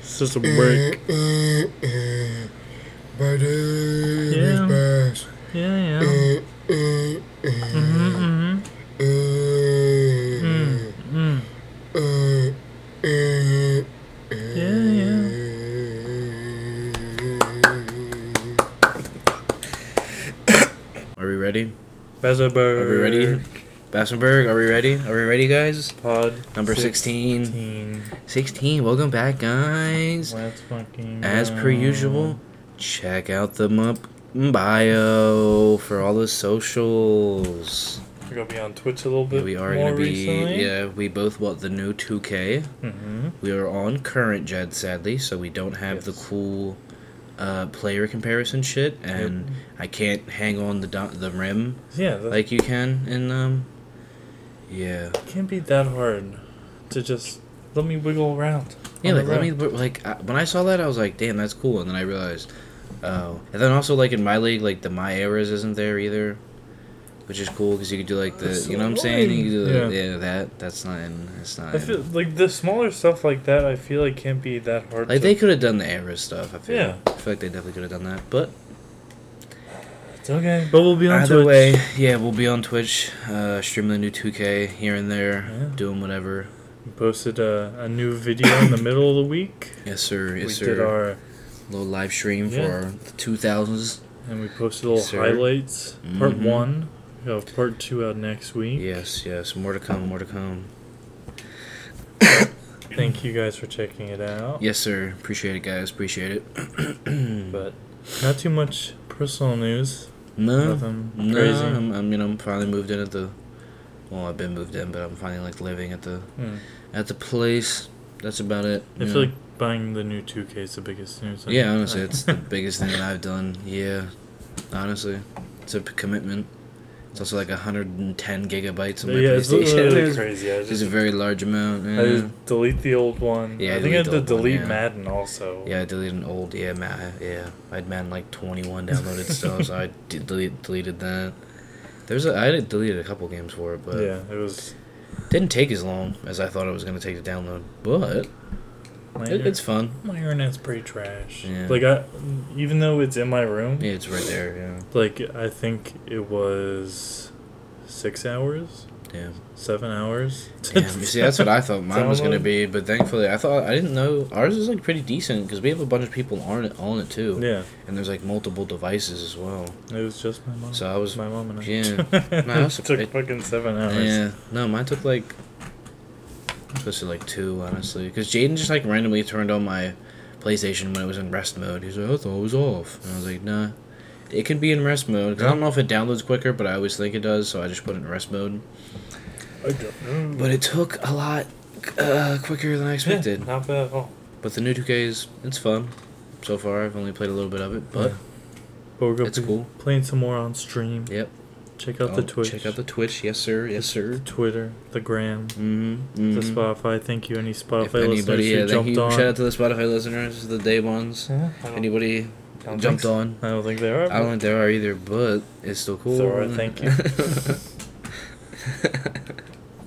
Sister break. But Yeah. best. Yeah, yeah. Mm-hmm, Are we ready? Besseberg. Are we ready? Bassenberg, are we ready? Are we ready, guys? Pod Number 16. 16. 16, welcome back, guys. Let's fucking. As go. per usual, check out the mub bio for all the socials. We're gonna be on Twitch a little bit. We are more going to be, recently. yeah, we both bought the new 2K. Mm-hmm. We are on current gen, sadly, so we don't have the Yes. cool uh, player comparison shit, and I can't hang on the do- the rim Yeah, that like you can in um. Yeah, can't be that hard to just let me wiggle around. yeah. on Like the let me road. like I, when I saw that, I was like, damn, that's cool, and then I realized, oh, and then also like in my league, like the my errors isn't there either. Which is cool because you could do like the, That's you know what I'm so saying? You could do annoying. like, yeah. that. That's not in. That's not. I feel In. like the smaller stuff like that. I feel like can't be that hard. Like to, they could have done the errors stuff. I feel. Yeah. I feel like they definitely could have done that, but it's okay, but we'll be on Either Twitch. way, yeah, we'll be on Twitch, uh, streaming the new 2K here and there, Yeah. doing whatever. We posted a, a new video in the middle of the week. Yes, sir. Yes, we sir. did our little live stream Yeah. for our 2000s. and we posted little Sir. highlights. Part Mhm. one. We have part two out next week. Yes, yes. More to come. More to come. Thank you guys for checking it out. Yes, sir. Appreciate it, guys. Appreciate it. But not too much personal news. No, Nothing no. Mm. crazy. I'm, I mean, I'm finally moved in at the. Well, I've been moved in, but I'm finally like living at the Hmm. at the place. That's about it. I you feel know? like buying the new 2K is the biggest news. Yeah, honestly, it's the biggest thing that I've done. Yeah, honestly, it's a p- commitment. It's also like 110 gigabytes on my yeah, it's PlayStation. literally It's, crazy. I it's just, a very large amount. I Yeah, just delete the old one. Yeah, I think I had delete to the old one, delete yeah. Madden also. yeah I deleted an old yeah, ma- yeah. I had Madden like 21 downloaded stuff, so I d- delete, deleted that. There's a, I had deleted a couple games for it, but Yeah, it was. didn't take as long as I thought it was gonna take to download. But My, it, it's fun. my internet's pretty trash. Yeah. Like I, even though it's in my room, Yeah, it's right there. Yeah, like I think it was six hours, yeah. seven hours. Yeah, you see, that's what I thought mine was gonna Download. be, but thankfully, I thought I didn't know ours is like pretty decent because we have a bunch of people on it on it too, Yeah, and there's like multiple devices as well. it was just my mom. So I was, my mom and I. yeah, I it was took surprised. fucking seven hours. yeah, no, mine took like I'm supposed to like two honestly, because Jaden just like randomly turned on my PlayStation when it was in rest mode. He's like, oh, I thought it was off, and I was like, nah, it can be in rest mode. 'Cause I don't know if it downloads quicker, but I always think it does, so I just put it in rest mode. I don't know. But it took a lot uh, quicker than I Yeah, expected. not bad at all. But the new 2K is it's fun. So far, I've only played a little bit of it, but But we're gonna It's be cool. playing some more on stream. yep. Check out the Oh, Twitch. Check out the Twitch, yes sir, yes sir. Twitter, the Gram, Mm-hmm. the Spotify. Thank you, any Spotify If anybody, listeners yeah, who thank jumped you. on. Shout out to the Spotify listeners, the day ones. Yeah, I don't- Anybody I don't think jumped so. on? I don't think they are. I don't think there are either, but it's still cool. There are, thank you.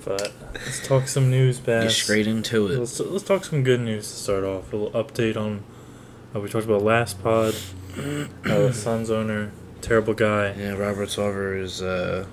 But let's talk some news, Get Bass. straight into it. Let's, let's talk some good news to start off. A little update on uh, we talked about last pod. uh, the Suns owner, terrible guy. Yeah, Robert Sarver is uh,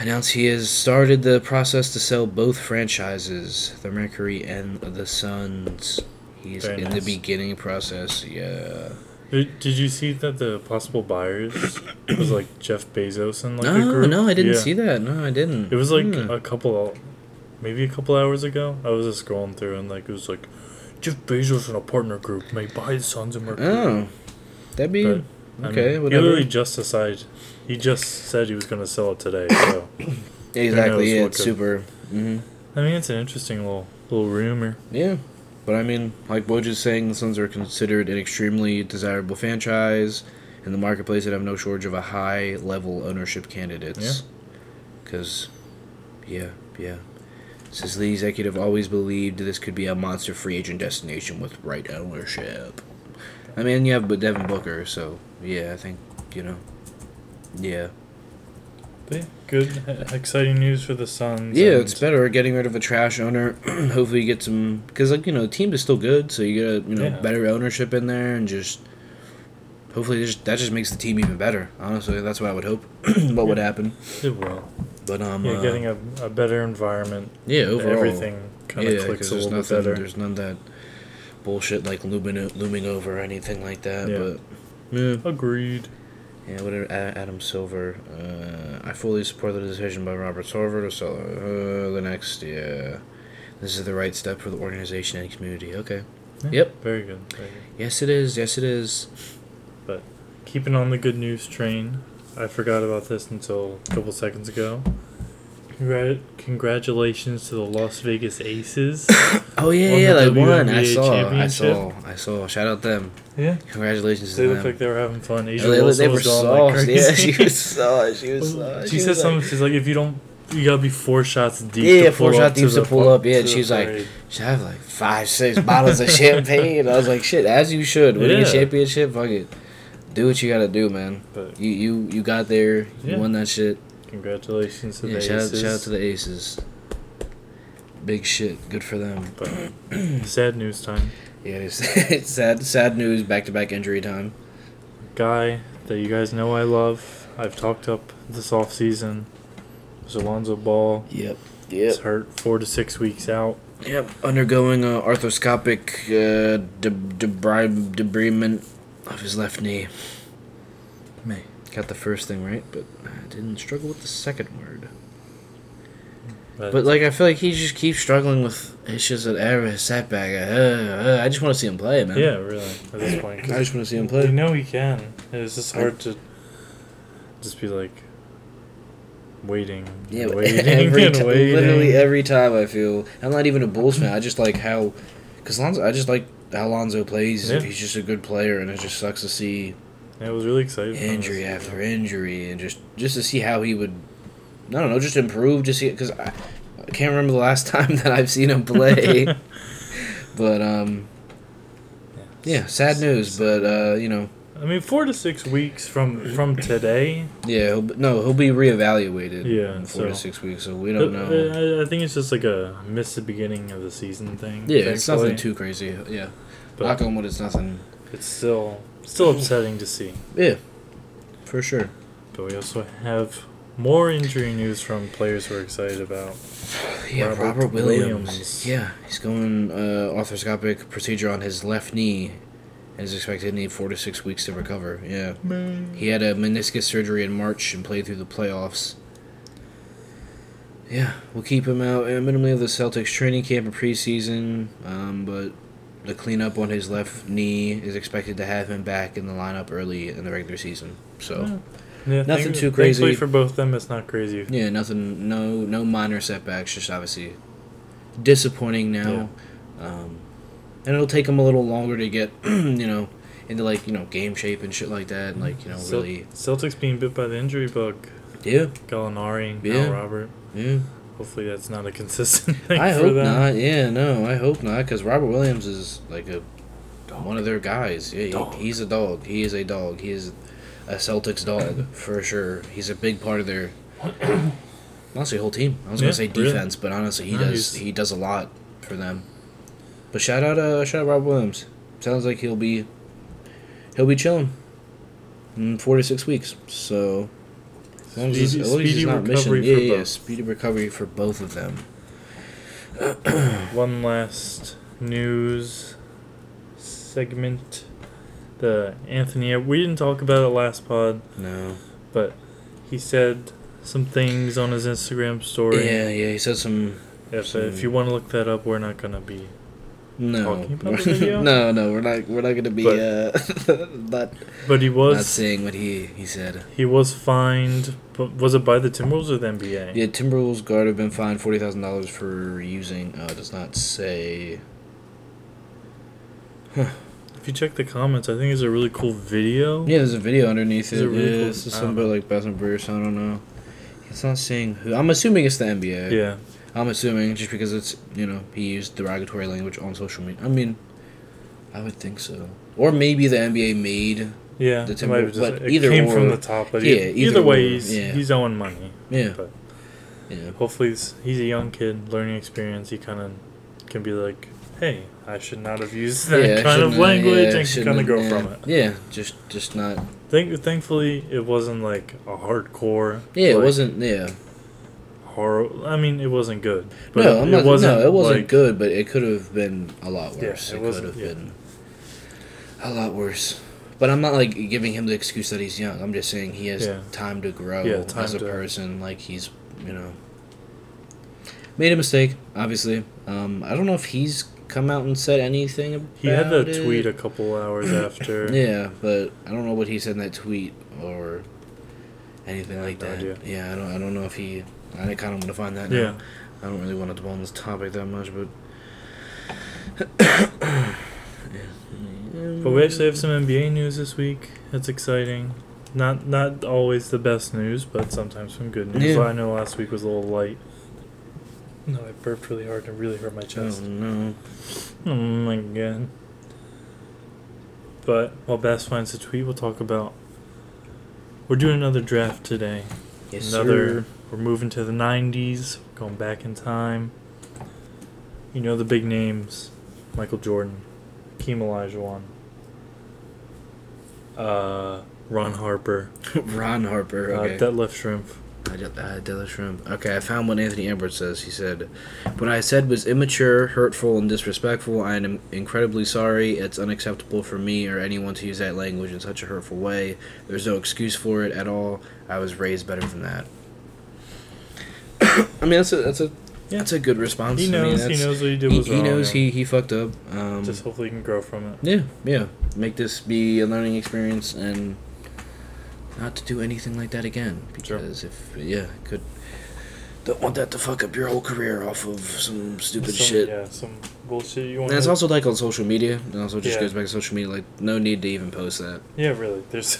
announced he has started the process to sell both franchises, the Mercury and the Suns. He's Very in nice. the beginning process. Yeah. Did, did you see that the possible buyers was like Jeff Bezos and like a no, group? no, I didn't Yeah. see that. No, I didn't. It was like Hmm. a couple, maybe a couple hours ago. I was just scrolling through and like it was like, Jeff Bezos and a partner group may buy the Sons of Mercury. oh, that'd be But, I mean, okay. he whatever. literally just decided. He just said he was gonna sell it today. So Exactly. knows Yeah, what it's could- super. hmm I mean, it's an interesting little little rumor. Yeah, but I mean, like Woj is saying, the Suns are considered an extremely desirable franchise in the marketplace that have no shortage of a high level ownership candidates. Because, yeah, yeah. Says the executive always believed this could be a monster free agent destination with right ownership. I mean, you have but Devin Booker, so yeah, I think you know. Yeah, But yeah, good, e- exciting news for the Suns. Yeah, and it's better getting rid of a trash owner. Hopefully, you get some because like you know, the team is still good, so you get a you know Yeah. better ownership in there, and just hopefully just, that just makes the team even better. Honestly, that's what I would hope. what would Yeah. happen? It will. But um, Yeah, uh, getting a, a better environment. yeah overall Everything kind of yeah, clicks 'cause a there's little bit nothing, better. There's none of that bullshit like looming looming over or anything like that. Yeah. But yeah. Agreed. Yeah, whatever. A- Adam Silver. Uh, I fully support the decision by Robert Silver to sell uh, the next. Yeah, this is the right step for the organization and community. Okay. Yep. Very good. Very good. Yes, it is. Yes, it is. Keeping on the good news train. I forgot about this until a couple seconds ago. Congrat- congratulations to the Las Vegas Aces. Oh yeah, Won yeah. the They won. I WNBA saw. I saw. championship. I saw. Shout out them. yeah. Congratulations They to looked them. like they were having fun. Asia they, Wilson they were was gone sauced. like yeah, crazy. she was sauced. She was sauced. she was said like- something. She's like, if you don't, you gotta be four shots deep. Yeah, to four pull shot up to deep to the pull par- up. Yeah, to and the she's like, parade." Should have like five, six bottles of champagne. I was like, shit, as you should. Winning Yeah. a championship, fuck it. Do what you gotta do, man. But You you you got there. You Yeah. won that shit. congratulations to yeah, the shout out, Aces. shout out to the Aces. Big shit. Good for them. But sad news time. Yeah, it's, it's sad sad news. Back to back injury time. Guy that you guys know I love. I've talked up this off season. Was Alonzo Ball. Yep. He's hurt four to six weeks out. Yep. Undergoing a arthroscopic uh, de- debri- debridement of his left knee. Me. Got the first thing right, but I didn't struggle with the second word. Uh, But like, I feel like he just keeps struggling with issues at every setback. Uh, uh, I just want to see him play, man. yeah, really at this point. I 'cause just want to see him You play. know he can. It's just hard to just be like waiting, Yeah, but waiting, every and ti- waiting. literally every time I feel I'm not even a Bulls fan. I just like how, cause Lonzo, I just like how Lonzo plays. Yeah. He's just a good player, and it just sucks to see Yeah, it was really exciting. for him this injury season. after injury, and just just to see how he would, I don't know, just improve. Just see, cause I, I can't remember the last time that I've seen him play. but um, yeah, sad news. But uh, you know. I mean, four to six weeks from from today. Yeah, he'll, be- no, he'll be reevaluated. Yeah, in four to so- six weeks. So we don't know. Uh, I, I think it's just like a miss the beginning of the season thing. yeah, it's nothing thankfully, too crazy. Yeah, knock But on wood, it's nothing. it's still still upsetting to see. Yeah, for sure. But we also have more injury news from players we're excited about. Yeah, Robert Robert, Williams. Williams. Yeah, he's going uh, arthroscopic procedure on his left knee, and is expected to need four to six weeks to recover. Yeah, he had a meniscus surgery in March and played through the playoffs. Yeah, we'll keep him out uh, minimally of the Celtics training camp and preseason, um, but the cleanup on his left knee is expected to have him back in the lineup early in the regular season. So Yeah, Nothing thank- too crazy. Thankfully for both them, it's not crazy. yeah, nothing, no, no minor setbacks. Just obviously disappointing now, um, and it'll take him a little longer to get you know into like you know game shape and shit like that, and like you know Cel- really Celtics being bit by the injury bug. yeah Gallinari, Yeah. Al Robert. yeah. Hopefully that's not a consistent thing I for hope them. not. Yeah, no, I hope not. Because Robert Williams is like a one of their guys. Yeah, he- Dog. he's a dog. He is a dog. He is a Celtics dog for sure. He's a big part of their honestly whole team. I was Yeah, gonna say really. defense, but honestly, he No, he's- does he does a lot for them. But shout out, uh, shout out Robert Williams. Sounds like he'll be he'll be chilling in four to six weeks. So. As long as he's- Speedy- as long as he's speedy not missing- recovery yeah, for yeah, yeah, both. speedy recovery for both of them. One last news segment. The Anthony, we didn't talk about it last pod, No, but he said some things on his Instagram story. Yeah, yeah, he said some. If, if you want to look that up, we're not gonna be. No, Talking about the video? no, no. We're not. We're not gonna be. But- uh, not, But he not was saying what he he said. he was fined. But was it by the Timberwolves or the NBA? Yeah, Timberwolves guard have been fined forty thousand dollars for using. Uh, does not say. If you check the comments, I think it's a really cool video. Yeah, there's a video underneath Is it. it really yeah, cool? it's just I something don't about like Baton Bruce. I don't know. It's not saying who. I'm assuming it's the NBA. Yeah. I'm assuming just because it's you know he used derogatory language on social media. I mean, I would think so. Or maybe the NBA made Yeah, The it might have Timberwolves, just- but it either came or- from the top, but yeah, either, either either way, or, he's, yeah. he's owing money. Yeah. But Yeah. hopefully, he's, he's a young kid, learning experience. He kind of can be like, "Hey, I should not have used that yeah, kind shouldn't of have- language," yeah, and can shouldn't kind of have- grow yeah. from it. Yeah, just just not. Thank, thankfully, it wasn't like a hardcore. Yeah, it like, wasn't. Yeah, horrible. I mean, it wasn't good. no, I'm not, no, it wasn't like- good, but it could have been a lot Yeah, worse. it it could wasn't- have yeah. been a lot worse. But I'm not like giving him the excuse that he's young. I'm just saying he has Yeah. time to grow Yeah, time as a to- person. Like he's, you know, made a mistake. Obviously, um, I don't know if he's come out and said anything. About He had that it. tweet a couple hours after. Yeah, but I don't know what he said in that tweet or anything I like have that. no idea. Yeah, I don't. I don't know if he. I kind of want to find that. Yeah. Now. I don't really want to dwell on this topic that much, but. But we actually have some NBA news this week. That's exciting. Not not always the best news, but sometimes some good news. Yeah. I know last week was a little light. No, I burped really hard and it really hurt my Oh chest. no! Mm. Oh my god. But while Bass finds the tweet, we'll talk about. We're doing another draft today. Yes, another sir. we're moving to the 90s going back in time you know the big names michael jordan Keem olajuwon uh, ron harper Ron Harper. Okay. uh, detlef shrimp I did, I did the shrimp. Okay, I found what Anthony Edwards says. He said, "What I said was immature, hurtful, and disrespectful. I am incredibly sorry. It's unacceptable for me or anyone to use that language in such a hurtful way. There's no excuse for it at all. I was raised better than that." I mean, that's a that's a Yeah. that's a good response. he I mean, knows that's- he knows what he did he- was he wrong knows yeah. he he fucked up. Um, just hopefully he can grow from it yeah, yeah. Make this be a learning experience and not to do anything like that again. Sure. Because if yeah, could don't want that to fuck up your whole career off of some stupid Some- shit. yeah some bullshit you want And it's also like on social media. It also just Yeah. goes back to social media. Like no need to even post that. yeah really there's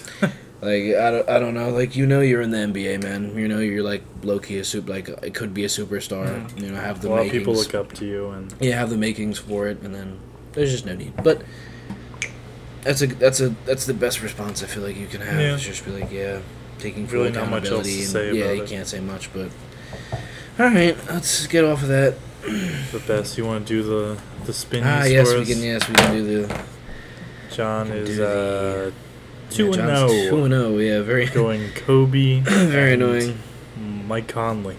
Like I don't, I don't know. Like you know you're in the NBA, man. You know you're like low key a soup. Like it could be a superstar. Mhm. You know have a the lot of makings. people look up to you and Yeah, have the makings for it, and then there's just no need. But that's a that's a that's the best response I feel like you can have. Yeah. Is just be like, yeah, taking full Really not much else accountability. to and- say yeah, about you it. can't say much, but all right, let's get off of that. the best you want to do the the spin ah, news yes, for we can. us? Yes, we can do the john we can is do uh the- 2 yeah, and oh. John's 0 Two and zero. Yeah, very going Kobe. very and annoying. Mike Conley.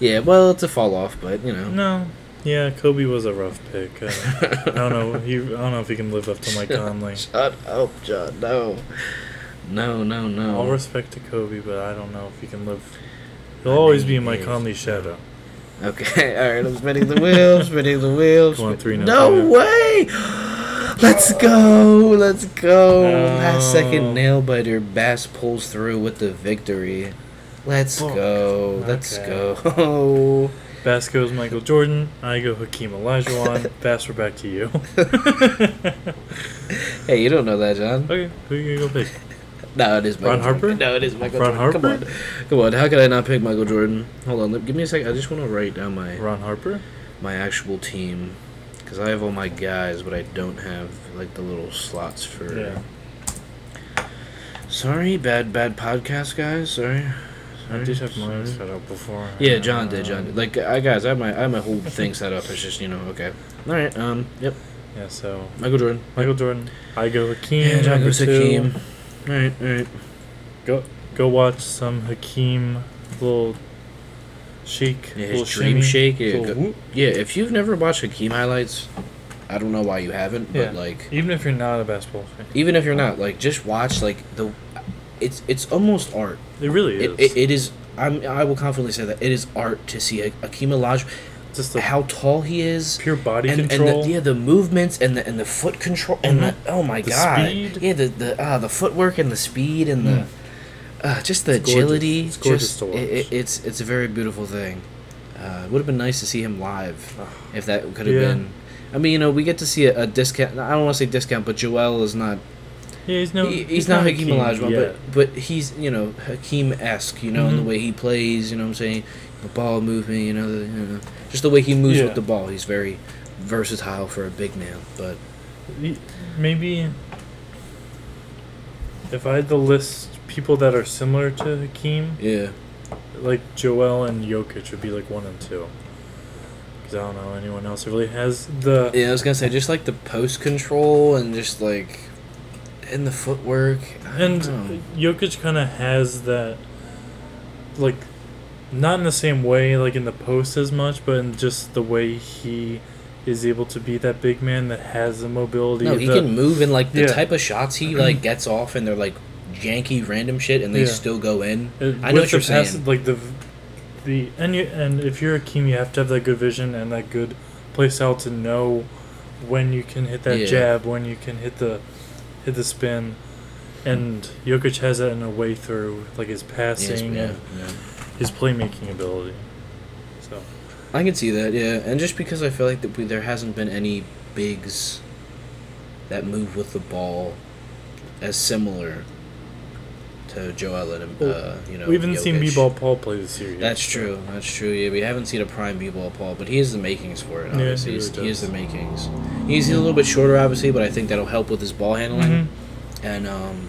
Yeah, well, it's a fall off, but you know. no, yeah, Kobe was a rough pick. Uh, I don't know. He, I don't know if he can live up to Mike Conley. Shut up, John. No. No, no, no. All respect to Kobe, but I don't know if he can live. He'll always be Mike Conley's shadow. Okay, all right. I'm spinning the wheel. spinning the wheel. Come on, spin- three, no, no three, no. way! Let's go! Let's go! Last No. second nail biter. Bass pulls through with the victory. Let's Fuck. go! Let's Okay. go! Bass goes Michael Jordan. I go Hakeem Olajuwon. Bass, we're back to you. hey, you don't know that, John? okay, who you gonna go pick? No, it is Michael. Ron Harper? Jordan. No, it is Michael. Ron Jordan. Harper? Come on, come on. How could I not pick Michael Jordan? Hold on, look, give me a second. I just want to write down my Ron Harper. my actual team because I have all my guys, but I don't have like the little slots for. Yeah. Sorry, bad bad podcast guys. Sorry. I Sorry. did have mine Sorry. set up before. Yeah, John did. John Um, did. Like I guys, I have my I have my whole thing set up. It's just you know okay. All right. Um. Yep. Yeah, so Michael Jordan. Michael Jordan. I go Hakeem. Yeah, John number goes two. Hakeem. All right. All right. Go go watch some Hakeem little shake, Yeah, little his dream shimmy, shake. Yeah, little go- whoop. yeah. If you've never watched Hakeem highlights, I don't know why you haven't. But Yeah. like, Even if you're not a basketball fan, even if you're not, like, just watch like the. It's it's almost art. it really is It, it, it is. I'm. I will confidently say that it is art to see Akeem Olajuwon, just the how tall he is, pure body and, control. and the, yeah, the movements and the and the foot control and the, oh my Mm-hmm. The god, speed. yeah, the the uh, the footwork and the speed and Mm. the uh, just the It's gorgeous. agility. It's gorgeous just, to watch. It, it, it's it's a very beautiful thing. Uh, it would have been nice to see him live, Ugh. if that could have Yeah. been. I mean, you know, we get to see a, a discount. I don't want to say discount, but Joel is not Yeah, he's no he, he's, not Hakeem Olajuwon, yeah. but but he's you know Hakeem esque, you know, in the Mhm. way he plays. You know what I'm saying? The ball movement, you know, the, you know just the way he moves Yeah. with the ball. He's very versatile for a big man. But He- maybe If I had to list people that are similar to Hakeem, Yeah. like Joel and Jokic would be like one and two. Because I don't know anyone else who really has the. Yeah, I was gonna say just like the post control and just like and the footwork. I And don't know. Jokic kind of has that, like, not in the same way, like in the post as much, but in just the way he is able to be that big man that has the mobility. no, he the- can move and like the yeah. type of shots he like gets off and they're like janky random shit and they Yeah. still go in. uh, I with know what you're the pass- saying. Like the, v- the and you and if you're a team, you have to have that good vision and that good play style to know when you can hit that Yeah. jab, when you can hit the hit the spin. And Jokic has that in a way through like his Yeah, it's- passing yeah, and yeah. his playmaking ability. So I can see that, yeah. And just because I feel like that we, there hasn't been any bigs that move with the ball as similar to Joel and uh, Well, you know. we haven't seen Jokic. B-ball Paul play this year. Yet, That's so- true. That's true. Yeah, we haven't seen a prime B-ball Paul, but he has the makings for it. Yeah, he Obviously, He's- really he has does. the makings. He's a little bit shorter, obviously, but I think that'll help with his ball Mhm. handling, and um,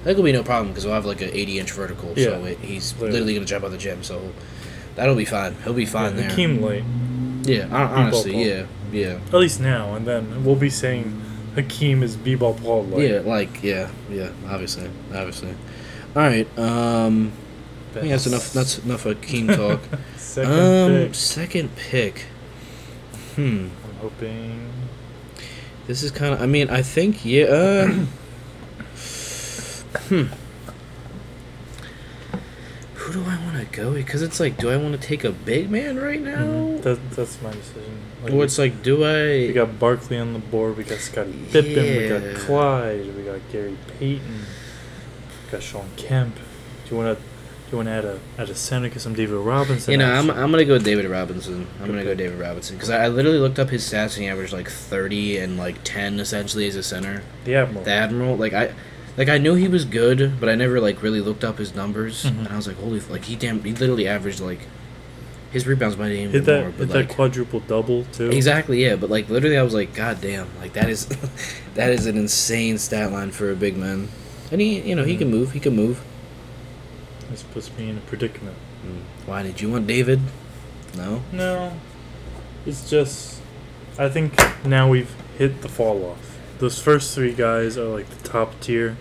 I think it'll be no problem because we'll have like an 80-inch vertical. So Yeah. it, he's Literally. literally gonna jump out the gym. So that'll be fine. He'll be fine Yeah, there. Hakeem late, Yeah, hon- honestly, Paul. yeah, yeah, at least now and then, we'll be saying Hakeem is B-ball Paul late. yeah, like yeah, yeah. Obviously, obviously. All right, um, I think that's enough. That's enough of Keem talk. Second um, pick. second pick. Hmm. I'm hoping. This is kind of. I mean, I think yeah. Uh, hmm. Who do I want to go? Because it's like, do I want to take a big man right now? Mhm. That, that's my decision. Like, Or it's like, do we, we I? got Barkley on the board. We got Scotty Pippen. We Yeah. got Clyde. We got Gary Payton. We got Sean Kemp. Do you want to? Do you want to add a add a center? Cause some David Robinson. You know, I'm, action? I'm gonna go David Robinson. I'm gonna go pick. David Robinson because I, I literally looked up his stats and he averaged like 30 and like 10 essentially as a center. the Admiral. The Admiral, like I, like I knew he was good, but I never like really looked up his numbers. Mhm. And I was like, holy, f- like he damn, he literally averaged like his rebounds might even hit be that more, but hit like that quadruple double too. Exactly, yeah. But like literally, I was like, God damn! Like that is, that is an insane stat line for a big man. And he, you know, Mm. he can move. He can move. This puts me in a predicament. Why did you want David? No. No, it's just I think now we've hit the fall off. Those first three guys are like the top tier.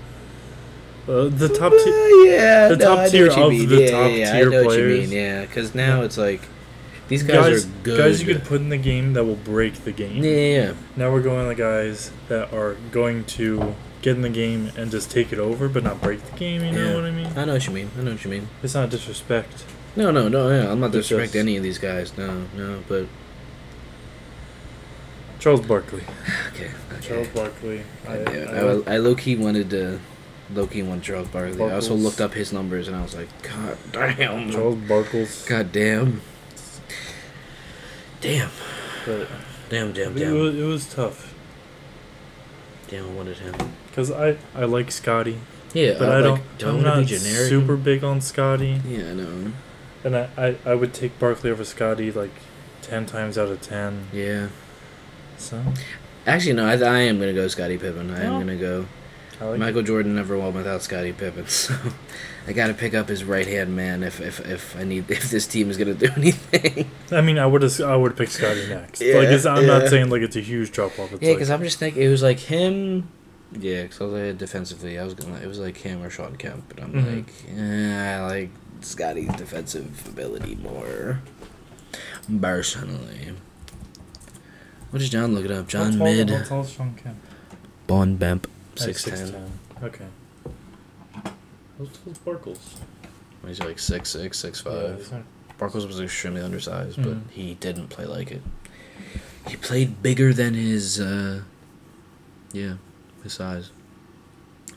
Uh, the top tier. Uh, yeah. the no, top I know tier what you of mean. the yeah, top yeah, yeah, tier I know What players. you mean. Yeah, because now Yeah. it's like these guys, are good. guys you could put in the game that will break the game. Yeah, yeah, Now we're going to the guys that are going to get in the game and just take it over, but not break the game. You know Yeah. what I mean? yeah. I know what you mean. I know what you mean. It's not disrespect. No, no, no. Yeah, I'm not It's disrespecting just- any of these guys. No, no. But Charles Barkley. okay, Charles okay. Barkley. I, Yeah, I- I, I, low key wanted to. Low key wanted Charles Barkley. I also Barkles. looked up his numbers and I was like, God damn. Charles Barkley's. God damn. Damn. But Damn, damn, it, damn. was, it was tough Damn, I wanted him. because I I like Scotty, Yeah, but I don't. like, do I I'm want to not be generic? super big on Scotty, Yeah, I know. and I, I I would take Barkley over Scotty like ten times out of ten. Yeah. So Actually, no, I, I am going to go Scottie Pippen. I am No. going to go. I like Michael Jordan never won without Scottie Pippen, so I got to pick up his right hand man if, if, if I need if this team is going to do anything. I mean, I would have I would pick Scotty next. Yeah, like, it's, I'm yeah. not saying like it's a huge drop off. It's yeah, like, because I'm just thinking it was like him. Yeah, because I was like, defensively, I was gonna it was like him or Sean Kemp, but I'm Mhm. like, eh, I like Scotty's defensive ability more. Personally, what is John looking up? John Mid, Sean Kemp? Bon Bemp, Six six ten. ten. Okay. What's those Barkles? He's like six six six Yeah, five. these aren't- Barkles was extremely undersized, Mhm. but he didn't play like it. He played bigger than his, uh, yeah, his size.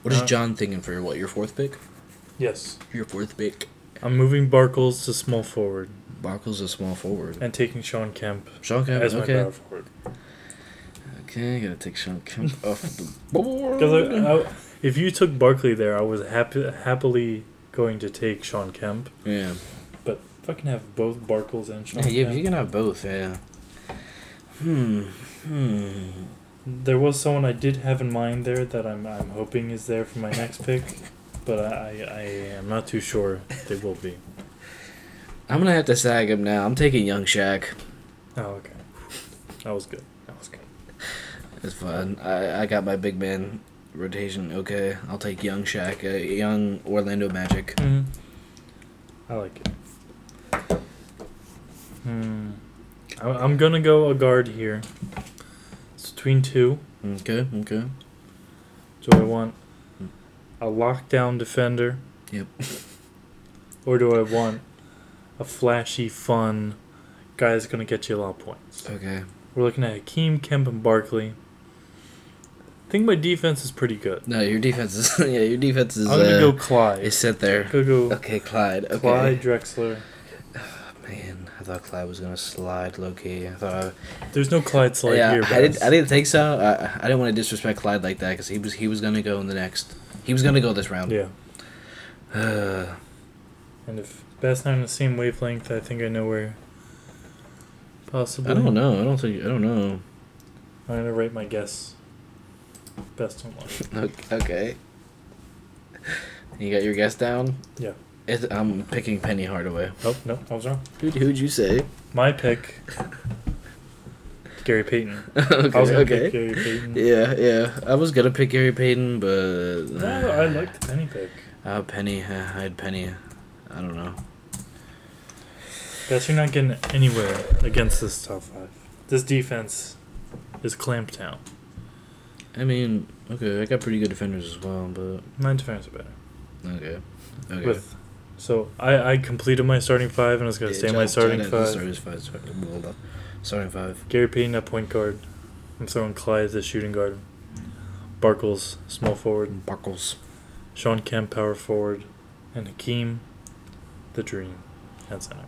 What is Uh, John thinking for your what? Your fourth pick? Yes, Your fourth pick. I'm moving Barkles to small forward Barkles a small forward. and taking Sean Kemp Sean Kemp. as my okay. power forward. Okay, gotta take Sean Kemp off the Because board. I, I, if you took Barkley there, I was happy, happily going to take Sean Kemp. yeah. But fucking have both Barkles and Sean Yeah, yeah, Kemp. you can have both. Yeah. Hmm. Hmm. There was someone I did have in mind there that I'm I'm hoping is there for my next pick, but I I am not too sure they will be. I'm gonna have to sag him now. I'm taking Young Shaq. Oh okay, that was good. That was good. It's fun. I, I got my big man rotation. Okay, I'll take Young Shaq, uh, Young Orlando Magic. hmm I like it. Hmm. I, I'm gonna go a guard here. It's between two. Okay, okay. Do I want a lockdown defender? Hmm. Yep. Or do I want a flashy, fun guy that's gonna get you a lot of points? Okay. We're looking at Hakeem, Kemp, and Barkley. I think my defense is pretty good. No, your defense is yeah, your defense is I'm gonna uh, go Clyde. is set there. Go go Okay, Clyde. Okay. Oh, Clyde Drexler. Man, I thought Clyde was gonna slide low key. I thought I, There's no Clyde slide yeah, here. I didn't. guys. I didn't think so. I, I didn't want to disrespect Clyde like that because he was he was gonna go in the next. He was gonna go this round. Yeah. Uh, And if that's not on the same wavelength, I think I know where. Possibly. I don't know. I don't think. I don't know. I'm gonna rate my guess. Best on luck. Okay. You got your guess down. Yeah. It, I'm picking Penny Hardaway. Nope, nope, I Oh, was wrong. Who who'd you say? My pick. Gary Payton. okay. I was gonna okay. pick Gary Payton. Yeah, yeah. I was gonna pick Gary Payton, but No, I like the penny pick. uh, Penny. Uh, I had Penny. I don't know. Guess you're not getting anywhere against this top five. This defense is clamped down. I mean, okay, I got pretty good defenders as well, but Nine defense are better. okay, okay. With so I, I completed my starting five and I was gonna Yeah, stay in John- my starting John five. Adams is Starting five. Starting, blah, blah. starting five. Gary Payton at point guard. I'm throwing Clyde as the shooting guard. Barkles, small forward. Buckles. Sean Kemp, power forward. And Hakeem, the dream, at center.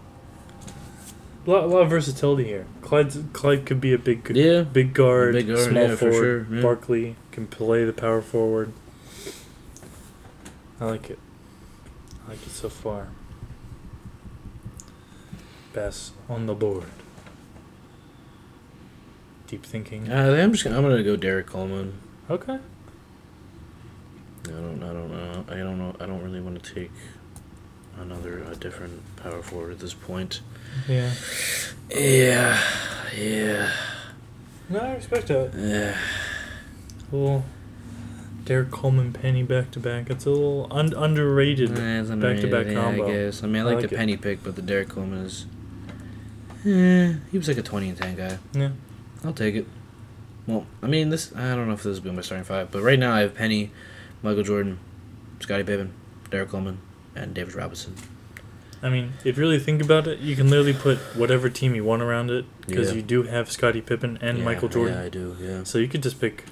A lot, a lot of versatility here. Clyde's, Clyde could be a big gu- Yeah. big guard, Big guard, small yeah, for forward. sure, yeah. Barkley can play the power forward. I like it. I like it so far. Best on the board. Deep thinking. Uh, I'm just. Gonna, I'm gonna go Derek Coleman. Okay. I don't. I don't know. I don't know. I don't really want to take another uh, different power forward at this point. Yeah. Yeah. Yeah. No, I respect that. Yeah. Well, Derek Coleman Penny back to back. It's a little un- underrated. Back Back-to-back combo. I guess. I mean, I I like, like the it. penny pick, but the Derek Coleman is. Eh, he was like a twenty and ten guy. Yeah. I'll take it. Well, I mean, this. I don't know if this will be my starting five, but right now I have Penny, Michael Jordan, Scottie Pippen, Derek Coleman, and David Robinson. I mean, if you really think about it, you can literally put whatever team you want around it because Yeah. you do have Scottie Pippen and Yeah, Michael Jordan. Yeah, I do. Yeah. So you could just pick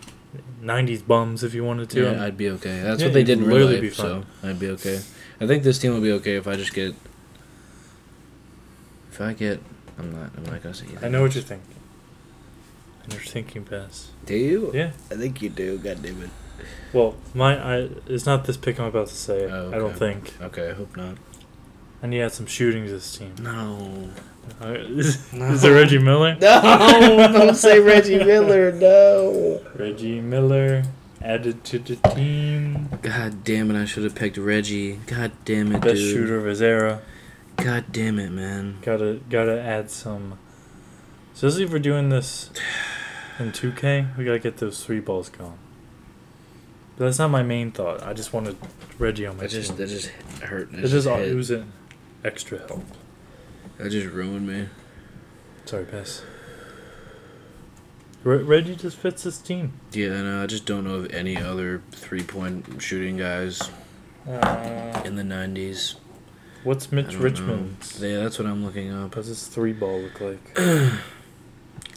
90s bums if you wanted to. Yeah, I'd be okay. That's Yeah, what they you'd did in real literally life, be so fine. I'd be okay. I think this team will be okay if I just get. If I get, I'm not. I'm not gonna say. I know what you're thinking. I know what you're thinking, Bass. Do you? Yeah. I think you do. God damn it. Well, my I it's not this pick I'm about to say. Oh, I don't okay. think. Okay, I hope not. I need to add some shooting to this team. No. Uh, is, No. is it Reggie Miller? No, don't say Reggie Miller. No. Reggie Miller added to the team. God damn it! I should have picked Reggie. God damn it, Best dude. shooter of his era. God damn it, man. Gotta gotta add some. So especially if we're doing this in 2K, we gotta get those three balls going. But that's not my main thought. I just wanted Reggie on my That just team. that just hurt. That It just it hit. was an extra help. that just ruined me. Sorry, pass. Re- Reggie just fits this team. Yeah, I know. I just don't know of any other three-point shooting guys Uh, in the '90s. what's I Mitch don't know. Richmond's? Yeah, that's what I'm looking up. What's his three ball look like?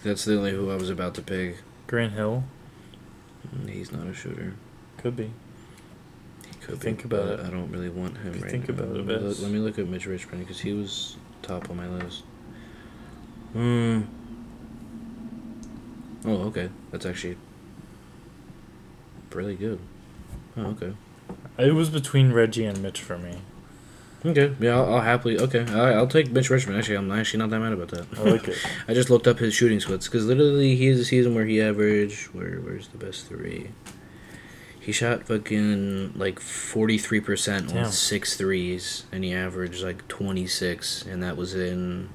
That's the only who I was about to pick. Grant Hill Mm, He's not a shooter. could be. He could Think be, about but it. I don't really want him If you right think now. about it, let, me look, Vince. let me look at Mitch Richmond because he was top on my list. Hmm. Oh, okay. That's actually really good. Oh, okay. It was between Reggie and Mitch for me. Okay, yeah, I'll, I'll happily. Okay, I, I'll take Mitch Richmond. Actually, I'm actually not that mad about that. I like it. I just looked up his shooting splits because literally he has a season where he averaged where where's the best three? He shot fucking like forty three percent on Damn. six threes, and he averaged like twenty six, and that was in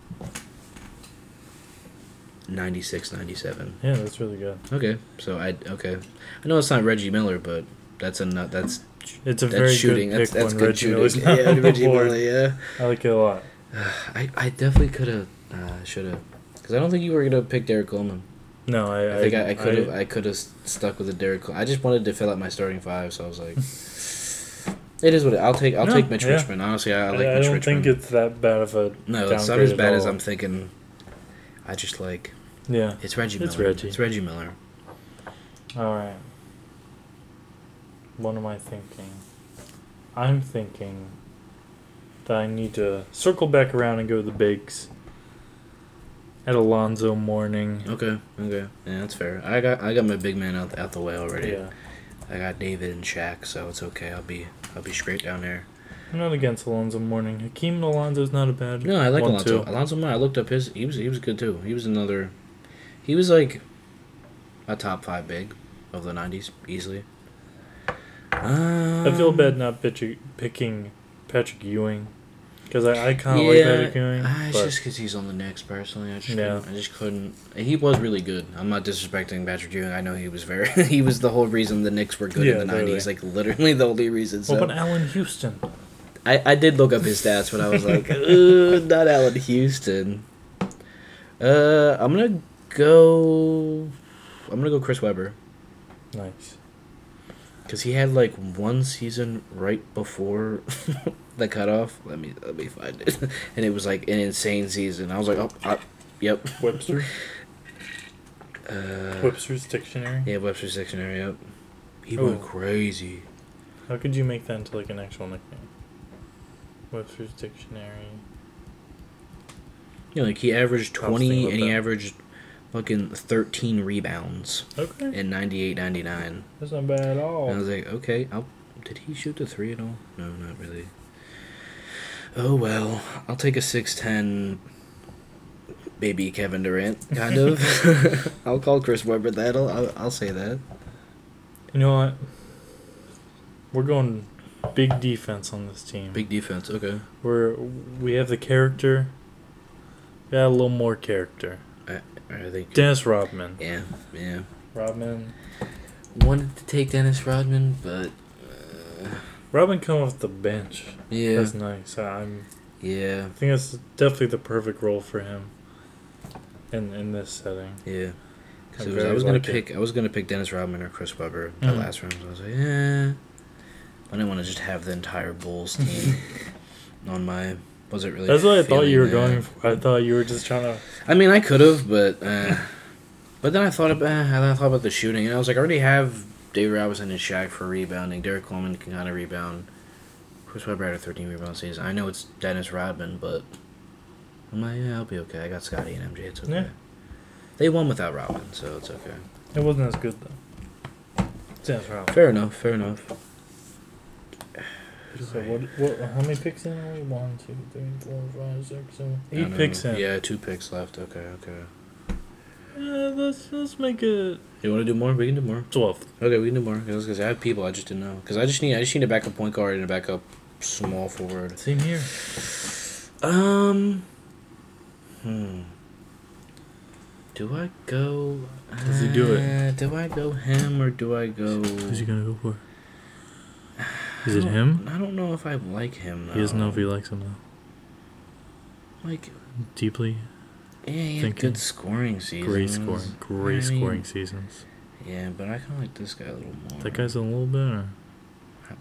96, 97. Yeah, that's really good. Okay, so I okay, I know it's not Reggie Miller, but that's a nut. That's It's a that's very shooting. good that's pick that's when good Reggie shooting. Miller's not yeah, on the Reggie board. Miller. Yeah. I like it a lot. I, I definitely could have uh, should have because I don't think you were gonna pick Derek Coleman. No, I, I think I could have I could have stuck with the Derek. Cole- I just wanted to fill out my starting five, so I was like, it is what it, I'll take. I'll No, take Mitch yeah. Richmond. Honestly, I, I I, like I Mitch don't Richmond. think it's that bad of a no, it's not downgrade as at bad as all. I'm thinking. I just like yeah. it's Reggie. It's Miller. Reggie. It's Reggie Miller. All right. What am I thinking? I'm thinking that I need to circle back around and go to the bigs at Alonzo Morning. Okay, okay, yeah, that's fair. I got I got my big man out out the way already. Yeah, I got David and Shaq, so it's okay. I'll be I'll be straight down there. I'm not against Alonzo Morning. Hakeem and Alonzo's not a bad. No, I like one, Alonso. too. Alonso Moore, I looked up his. He was he was good too. He was another. He was like a top five big of the '90s easily. Um, I feel bad not bitch- picking Patrick Ewing because I, I kind of like Yeah, Patrick Ewing. ah, it's but just because he's on the Knicks personally. I just Yeah. couldn't- I just couldn't. He was really good. I'm not disrespecting Patrick Ewing. I know he was very. he was the whole reason the Knicks were good Yeah, in the literally. '90s. Like literally the only reason. So what about Allen Houston? I, I did look up his stats, but I was like, Ugh, not Allen Houston. Uh, I'm gonna go. I'm gonna go Chris Webber Nice. because he had like one season right before the cutoff. Let me let me find it, and it was like an insane season. I was like, oh, I, yep. Webster. Uh, Webster's dictionary. yeah, Webster's dictionary. Yep. He went Ooh. crazy. How could you make that into like an actual nickname? Webster's Dictionary. You know, like he averaged I was thinking 20, about and he that. averaged fucking 13 rebounds Okay, in 98, 99. that's not bad at all. And I was like, okay, I'll, did he shoot the three at all? No, not really. Oh well, I'll take a six ten. Baby Kevin Durant, kind of. I'll call Chris Webber that. I'll, I'll, I'll say that. You know what? We're going big defense on this team. Big defense. Okay. We're we have the character. We got a little more character. I think. Dennis Rodman. Yeah, yeah. Rodman. Wanted to take Dennis Rodman, but uh, Rodman come off the bench. yeah, That's nice. I- I'm. yeah, I think that's definitely the perfect role for him. In in this setting. yeah. Because I I very was gonna like it. pick, I was gonna pick Dennis Rodman or Chris Webber that Mhm. last round. So I was like, yeah. I didn't want to just have the entire Bulls team on my. Was it really? That's what I thought you were feeling that. going for. I thought you were just trying to. I mean, I could have, but uh, but then I thought about and then I thought about the shooting, and I was like, I already have David Robinson and Shaq for rebounding. Derek Coleman can kind of rebound. Chris Webber had a 13 rebound season. I know it's Dennis Rodman, but I'm like, yeah, I'll be okay. I got Scotty and MJ. It's okay. Yeah. They won without Robin, so it's okay. It wasn't as good though. Dennis Rodman. Fair enough. Fair enough. So what, what? How many picks in are we? One, two, three, four, five, six, seven. I don't Eight picks know. in. Yeah, two picks left. Okay, okay. Uh, let's let's make it You want to do more? We can do more. twelve. Okay, we can do more. Because I have people, I just didn't know. Because I just need, I just need a backup point guard and a backup small forward. Same here. Um. Hmm. Do I go? Does he do it? uh, do I go him or do I go? Who's he gonna go for? Is it him? I don't know if I like him. Though. He doesn't know if he likes him though. like. Deeply Yeah, he had Thinking. good scoring seasons. great scoring, great I mean- scoring seasons. Yeah, but I kind of like this guy a little more. That guy's a little better.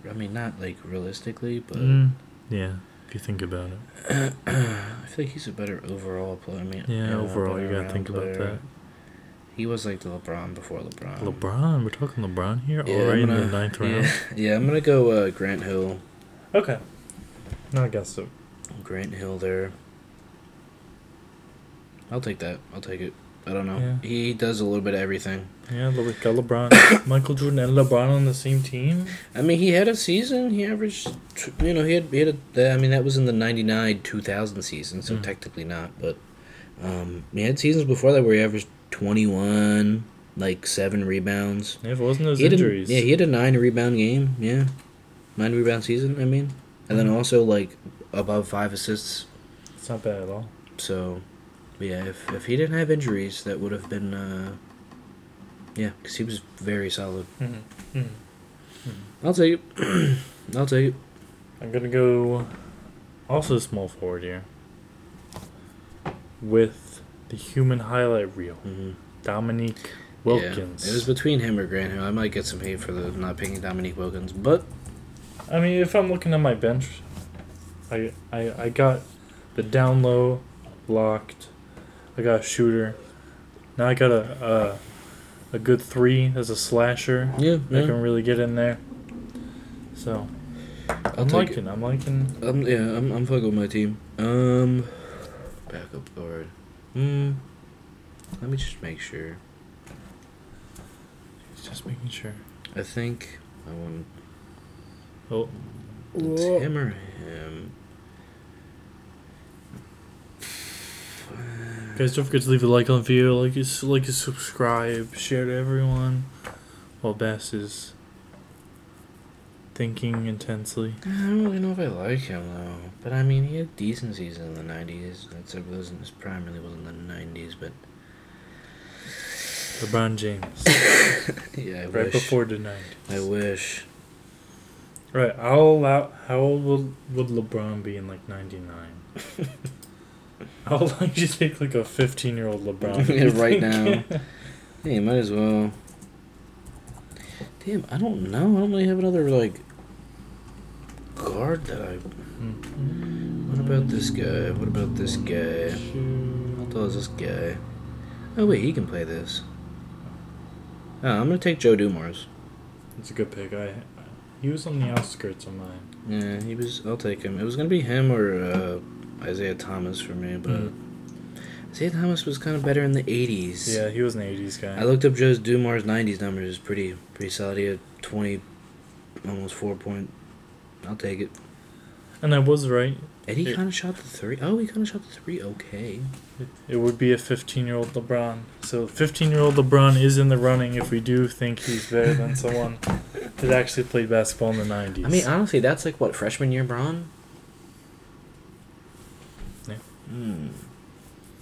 I mean, not like realistically, but Mm, yeah, if you think about it. I feel like he's a better overall player. I mean, Yeah, uh, overall, you better gotta think around about player. that. He was like the LeBron before LeBron. Um, LeBron, we're talking LeBron here, Yeah, already I'm in gonna- the ninth round. Yeah, yeah, I'm gonna go uh, Grant Hill. Okay. Not against it. Grant Hill there. I'll take that. I'll take it. I don't know. Yeah. He does a little bit of everything. Yeah, but we got LeBron, Michael Jordan, and LeBron on the same team. I mean, he had a season. He averaged, t- you know, he had, he had a, I mean, that was in the 99 2000 season, so Mm. technically not, but um, he had seasons before that where he averaged 21, like seven rebounds. Yeah, if it wasn't those He had a- injuries, yeah, he had a nine rebound game. Yeah. Nine rebound season, I mean. And then also, like, above five assists. it's not bad at all. So, yeah, if, if he didn't have injuries, that would have been, uh, yeah, because he was very solid. Mm-hmm. I'll take it. I'll take it. I'm gonna go also small forward here with the human highlight reel, Mm-hmm. Dominique Yeah, it was Wilkins. between him or Grant Hill. I might get some hate for the not picking Dominique Wilkins, but I mean, if I'm looking at my bench, I I, I got the down low locked. I got a shooter. Now I got a a, a good three as a slasher. yeah, I can really get in there. So I'll I'm take it. liking. I'm liking. Um, yeah, I'm I'm fucking with my team. Um, backup guard. Hmm. Let me just make sure. Just making sure. I think I want Oh, it's him or him. Guys, don't forget to leave a like on the video, like you, like you subscribe, share to everyone. While Bass is thinking intensely. I don't really know if I like him though, but I mean he had decent seasons in the '90s. Except it wasn't his prime really wasn't the '90s, but LeBron James, yeah, I right wish. before the night. I wish. Right, I'll allow. How old would, would LeBron be in like '99? how long do you think like a 15-year-old LeBron? Yeah, you right think? now. Yeah, you might as well. Damn, I don't know. I don't really have another like guard that I. Mm-hmm. What about this guy? What about this guy? How tall is this guy? Oh wait, he can play this. Oh, I'm gonna take Joe Dumars. It's a good pick. I he was on the outskirts of mine. Yeah, he was. I'll take him. It was gonna be him or uh, Isaiah Thomas for me, but Isaiah Thomas was kind of better in the '80s. Hmm. Yeah, he was an '80s guy. I looked up Joe's Dumars '90s numbers. Pretty, pretty solid. He had 20, almost four point. I'll take it. and I was right. And he Yeah. kind of shot the three. Oh, he kind of shot the three. Okay. It would be a 15 year old LeBron. So 15 year old LeBron is in the running if we do think he's better than someone that actually played basketball in the 90s. I mean, honestly, that's like what freshman year, Braun. Yeah. Hmm.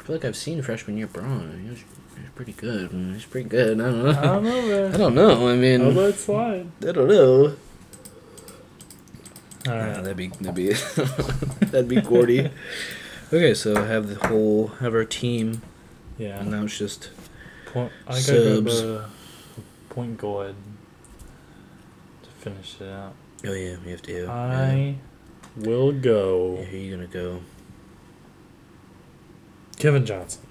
I feel like I've seen freshman year Braun. He was, he was pretty good. man. He was pretty good. I don't I know. don't know, I man. don't know. I mean, I'll let it slide. I don't know. All Ah, right. that'd be that'd be that'd be Gordy. okay, so have the whole have our team, and Yeah. now it's just Point, I gotta Subs. go to point guard to finish it out. Oh yeah, you have to. I will Yeah, go who you gonna go? Kevin Johnson,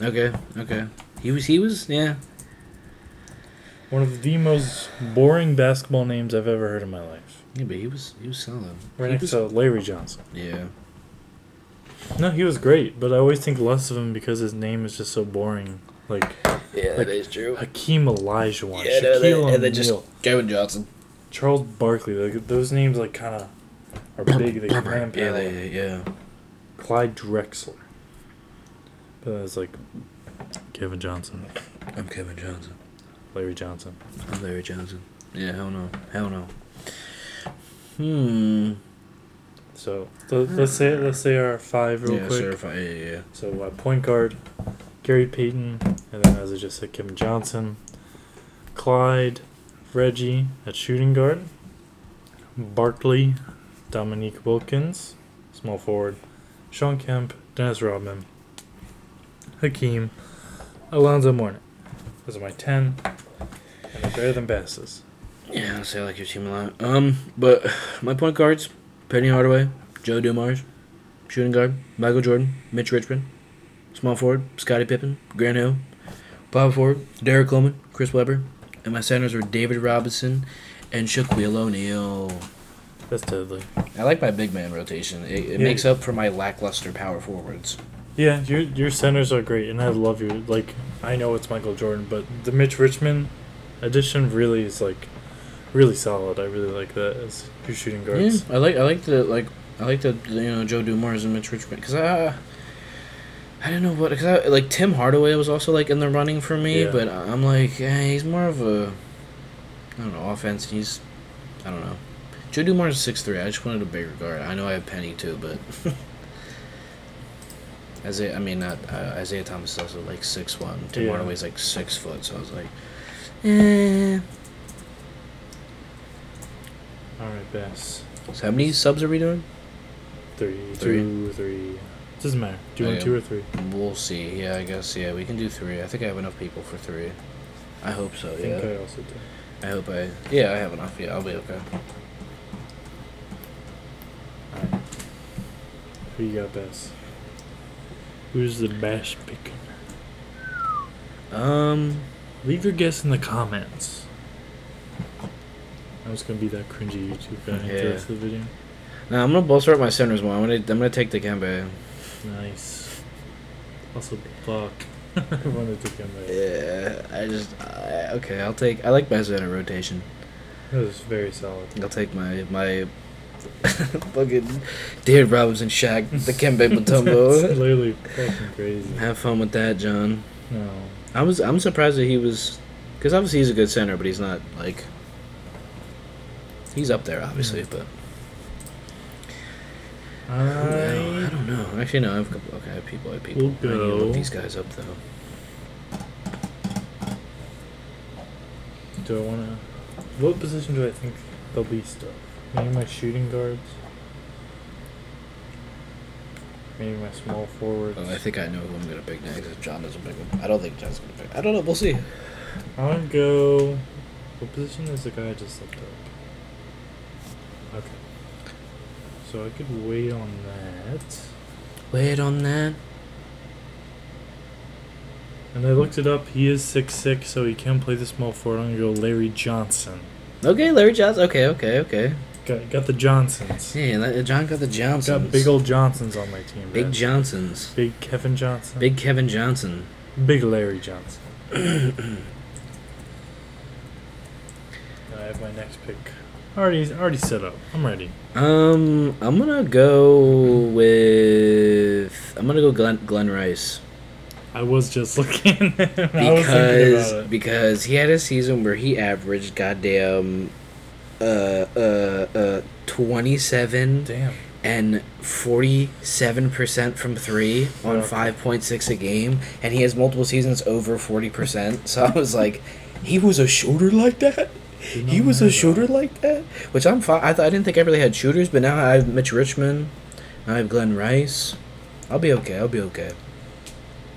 Okay, okay. He was. He was. Yeah. one of the most boring basketball names I've ever heard in my life. Yeah, but he was. He was solid. Right He next was- to Larry Johnson. Yeah. No, he was great, but I always think less of him because his name is just so boring. Like Yeah, that is true. Hakeem Olajuwon, Yeah, no, they- Shaquille and they just- O'Neal, Kevin Johnson. Charles Barkley. Like, those names like kind of are big. They can Yeah, yeah, they, yeah. Clyde Drexler. But it's like Kevin Johnson, I'm Kevin Johnson. Larry Johnson. I'm Larry Johnson. Yeah, hell no. Hell no. Hmm. So th- let's say let's say our five real yeah, quick. certified. Yeah, yeah, yeah. So uh, point guard, Gary Payton, and then as I just said, Kevin Johnson, Clyde, Reggie at shooting guard, Barkley, Dominique Wilkins, small forward, Sean Kemp, Dennis Rodman, Hakeem, Alonzo Mourning. Those are my ten, and they're better than Bass's. Yeah, honestly, I like your team a lot. Um, but my point guards: Penny Hardaway, Joe Dumars, shooting guard Michael Jordan, Mitch Richmond, small forward Scottie Pippen, Grant Hill, Bob Ford, Derek Coleman, Chris Webber, and my centers were David Robinson and Shaquille O'Neal. That's deadly. I like my big man rotation. It, it Yeah. makes up for my lackluster power forwards. Yeah, your your centers are great, and I love your like. I know it's Michael Jordan, but the Mitch Richmond addition really is like really solid. I really like that as your shooting guards. Yeah, I like I like the like I like the you know Joe Dumars and Mitch Richmond because I I don't know what because I like Tim Hardaway was also like in the running for me, Yeah. but I'm like eh, he's more of a I don't know offense. He's I don't know. Joe Dumars is six three. I just wanted a bigger guard. I know I have Penny too, but. Isaiah, I mean, not uh, Isaiah Thomas is also like six one. Tim Yeah. Hardaway's like six foot, so I was like, eh. All right, Bass. So how many subs are we doing? Three, Three. two, three. Doesn't matter. Do you want Okay. two or three? We'll see. Yeah, I guess. Yeah, we can do three. I think I have enough people for three. I hope so. I think Yeah. I also do. I hope I. Yeah, I have enough. Yeah, I'll be okay. Who you got, Bass? Who's the bash pick? Um, Leave your guess in the comments. I was gonna be that cringy YouTube guy for the Yeah. rest of the video. now I'm gonna bolster up my centers more. I'm gonna I'm gonna take the Kembe. Nice. Also, fuck. I wanted to come back. Yeah, I just I, okay. I'll take. I like my center rotation. That was very solid. I'll take my my fucking David Robinson, Shaq, the Kembe That's Mutombo. literally fucking crazy. have fun with that, John. No. I was I'm surprised that he was, because obviously he's a good center, but he's not like. He's up there, obviously, but I don't know. I I don't know. Actually, no. I've got- okay. I have people. I have people. We'll I need to go. look these guys up though. do I wanna. What position do I think the least of? Maybe my shooting guards. Maybe my small forwards. Oh, I think I know who I'm gonna pick next. If John doesn't pick him, I don't think John's gonna pick. I don't know. We'll see. I wanna go. What position is the guy I just looked up? Okay. So I could wait on that. Wait on that. And I looked it up. He is six six, so he can play the small forward. I'm gonna go Larry Johnson. Okay, Larry Johnson. Okay, okay, okay. Got, got the Johnsons. Yeah, that- John got the Johnsons. Got big old Johnsons on my team. Big man. Johnsons. Big Kevin Johnson. Big Kevin Johnson. Big Larry Johnson. I have my next pick. Already, already set up. I'm ready. Um, I'm gonna go with I'm gonna go Glenn Glenn Rice I was just looking. I was thinking because about it. because he had a season where he averaged goddamn uh uh uh 27 Damn. and 47% from 3 on Okay. 5.6 a game and he has multiple seasons over 40%. So I was like he was a shooter like that? Did He not was know a that. shooter like that, which I'm fine. I, th- I didn't think I really had shooters, but now I have Mitch Richmond, now I have Glenn Rice. I'll be okay. I'll be okay.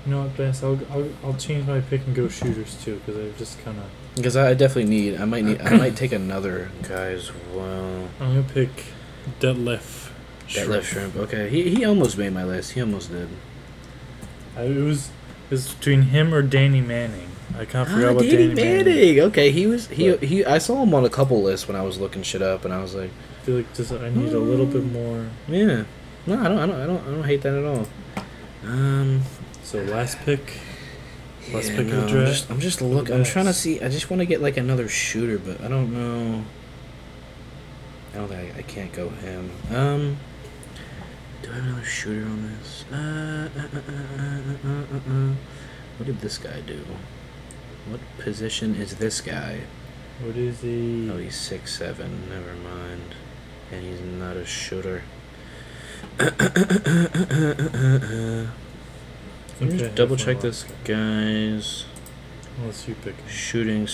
You know what, Bass? I'll, I'll, I'll change my pick and go shooters too, because I've just kind of. Because I, I definitely need. I might need. I might take another guy as well. I'm gonna pick Detlef. That Schrempf. left shrimp. Okay, he he almost made my list. He almost did. I, it was it was between him or Danny Manning. I kind of forgot Ah, about Danny, Danny Manning. Manning. Okay, he was he But- he. I saw him on a couple lists when I was looking shit up, and I was like, I feel like just I need a little bit more. yeah, no, I don't, I don't, I don't, I don't hate that at all. Um, So last pick. Let's Yeah, pick a no, I'm draft. just, I'm just look. I'm trying to best. see. I just want to get like another shooter, but I don't know. I don't think I, I can't go him. Um, do I have another shooter on this? Uh, uh, uh, uh, uh, uh, uh, uh. What did this guy do? What position is this guy? What is he? Oh, he's six seven. Never mind. And he's not a shooter. Let me Okay, just double that's check my this last guy's Unless you pick. him. shooting I feel like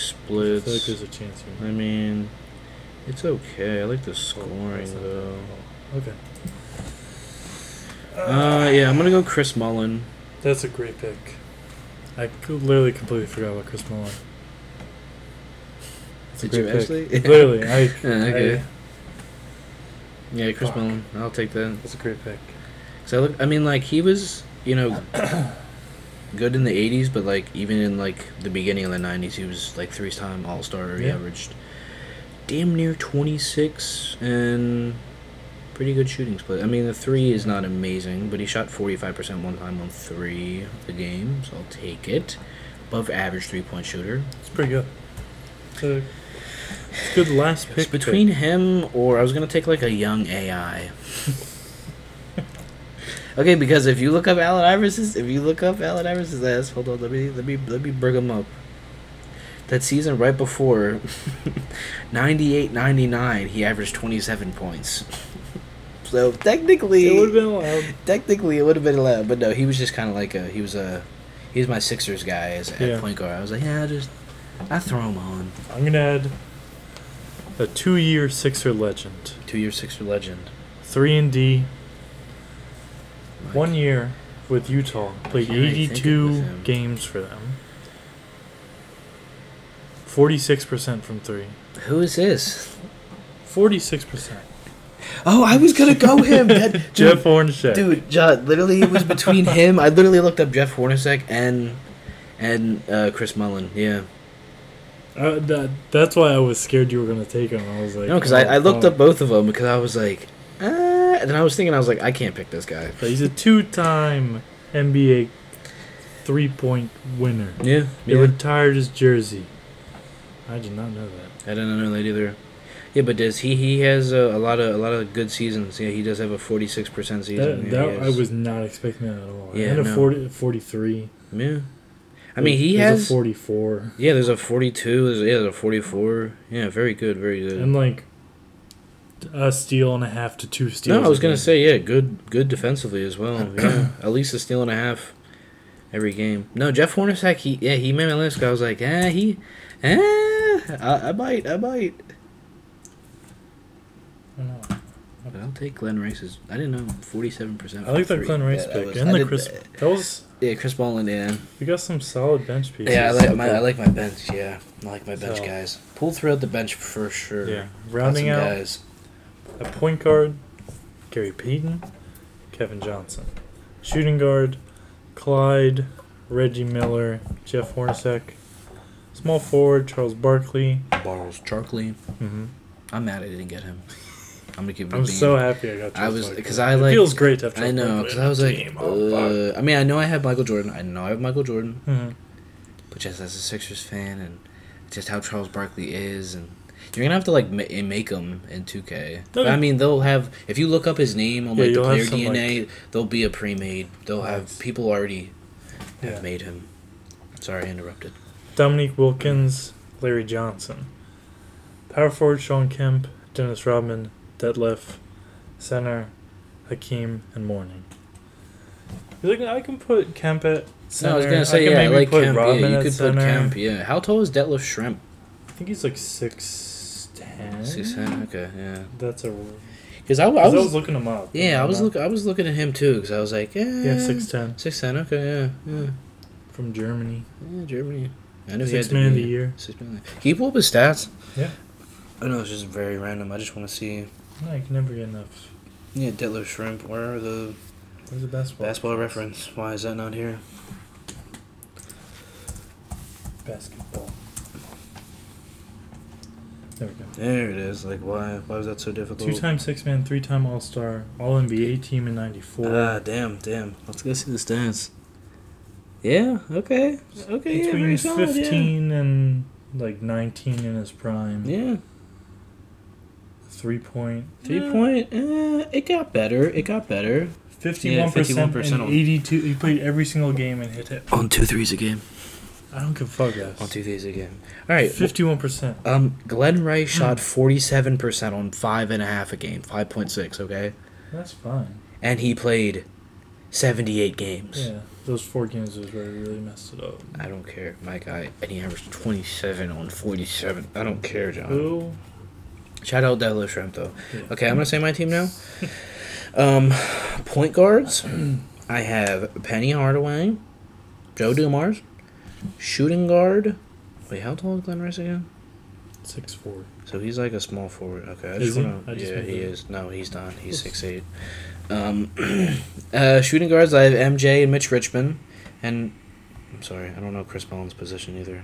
splits. there's a chance I you. mean, it's okay. I like the Oh, scoring that's not though. bad. Okay. Uh, yeah, I'm gonna go Chris Mullen. That's a great pick. I co- literally completely forgot about Chris Mullin. It's a Did you great pick. actually? Literally, I. Yeah, okay. I- Yeah, Chris Fuck. Mullen. I'll take that. that's a great pick. So I look, I mean, like he was, you know, good in the '80s, but like even in like the beginning of the '90s, he was like three-time All Star. He Yeah. averaged damn near 26 and pretty good shooting split. I mean, the three is not amazing, but he shot 45% one time on three a game, so I'll take it. Above average three point shooter. It's pretty good. It's a, it's a good last pick. It's between him or I was going to take like a young AI. okay, because if you look up Allen Iverson's, if you look up Allen Iverson's ass, hold on, let me let me let me bring him up. That season right before 98 99, he averaged 27 points. so pick. technically It would have been allowed. Technically, it would have been allowed, but no, he was just kind of like a he was a he was my Sixers guy as at Yeah. point guard. I was like, yeah, I just I throw him on I'm gonna add a two-year Sixer legend, two year Sixer legend. three and D, Like, one year with Utah. Played can't really think of 82 him. games for them. 46% from three. Who is this? 46%. Oh, I was gonna go him. That- dude, Jeff Hornacek. dude, John. Literally, it was between him. I literally looked up Jeff Hornacek and and uh, Chris Mullen. Yeah, Uh, that, that's why I was scared you were gonna take him. I was like, no, because I, oh, I looked oh. up both of them because I was like, uh, and then I was thinking I was like, I can't pick this guy. But he's a two-time NBA three-point winner. Yeah, He retired his jersey. I did not know that. I didn't know that either. Yeah, but does he? He has a, a lot of a lot of good seasons. Yeah, he does have a forty six percent season. That, yeah, that he I has- was not expecting that at all. Yeah, and a no. 40, 43. Yeah, I mean he There's has. a 44. yeah, there's a forty two. There's yeah, there's a forty four. Yeah, very good, very good. And like a steal and a half to two steals. no, I was gonna again. say yeah, good, good defensively as well. Yeah, at least a steal and a half every game. No, Jeff Hornacek. He yeah, he made my list. 'cause I was like, ah, he, ah, I, I might, I might. I don't know. But I'll take Glenn Rice's. I didn't know forty seven percent. I like that Glenn Rice pick and the Chris. That was uh, Yeah, Chris Mullen. Yeah. we got some solid bench pieces. Yeah, I like my I like my bench. Yeah, I like my bench So- guys. Pull throughout the bench for sure. Yeah, Got rounding some out guys. a point guard, Gary Payton, Kevin Johnson, shooting guard, Clyde, Reggie Miller, Jeff Hornacek, small forward Charles Barkley. Barles Charkley. Mm-hmm. I'm mad I didn't get him. I'm gonna give him. I'm so happy I got. I Charles was Barkley. because I it like. feels great to have. Charles I know Barkley because on I was the like. team. Oh, Uh, I mean, I know I have Michael Jordan. I know I have Michael Jordan, fuck. Mhm. but just as a Sixers fan and just how Charles Barkley is and. You're gonna have to like ma- eh, make him in 2K. But I mean, they'll have if you look up his name on Yeah, like the you'll have player some, like- DNA, there'll be a pre-made. They'll Nice. have people already have Yeah. made him. Sorry, I interrupted. Dominique Wilkins, Larry Johnson. Power forward Sean Kemp, Dennis Rodman, Detlef, center Hakeem, and Morning. You're looking, I can put Kemp at center. No, I was gonna say can yeah, I maybe like put Kemp. Rodman yeah, you at could center. put Kemp. Yeah, how tall is Detlef Shrimp? I think he's like six ten. Six ten. Okay, yeah. That's a. Because I, I Eh? 'cause I was, was looking him up. yeah, I was Mm. Not- look I was looking at him too because I was like eh, yeah Yeah, six ten six ten. Okay, yeah, yeah, from Germany. yeah Germany. I know he had Six to man of be- the year. Six man. Can you pull up his stats? Yeah. I know it's just very random. I just want to see. No, I can never get enough. Yeah, Detlef Shrimp. Where are the Where's the basketball? basketball reference? Why is that not here? Basketball. There we go. There it is. Like why? Why was that so difficult? Two time six man, three time All Star, All NBA team in '94. Ah, damn, damn. Let's go see the stats. Yeah. Okay. Okay. yeah, Between very solid, yeah. 15 and like 19 in his prime. Yeah, Three point. three Yeah. point. Uh, it got better. It got better. 51%, Yeah, 51% and on- 82. He played every single game and hit it. On two threes a game. I don't give a fuck, guys. On two threes a game. All right. 51%. Um, Glenn Hmm. Rice shot forty-seven percent on five and a half a game, five point six. Okay, That's fine. and he played seventy-eight games. Yeah. Those four games is where he really messed it up. I don't care, my guy. And he averaged twenty-seven on forty-seven. I don't care, John. Who? Shout out Deadlift Shrimp though. Yeah. Okay, I'm gonna say my team now. Um, point guards. I have Penny Hardaway, Joe Dumars, shooting guard. Wait, how tall is Glenn Rice again? Six four. So he's like a small forward. Okay, I Is just he? wanna, I just yeah, moved he it. is. No, he's not. He's six eight. Um, uh, shooting guards. I have MJ and Mitch Richmond, and I'm sorry, I don't know Chris Mullen's position either.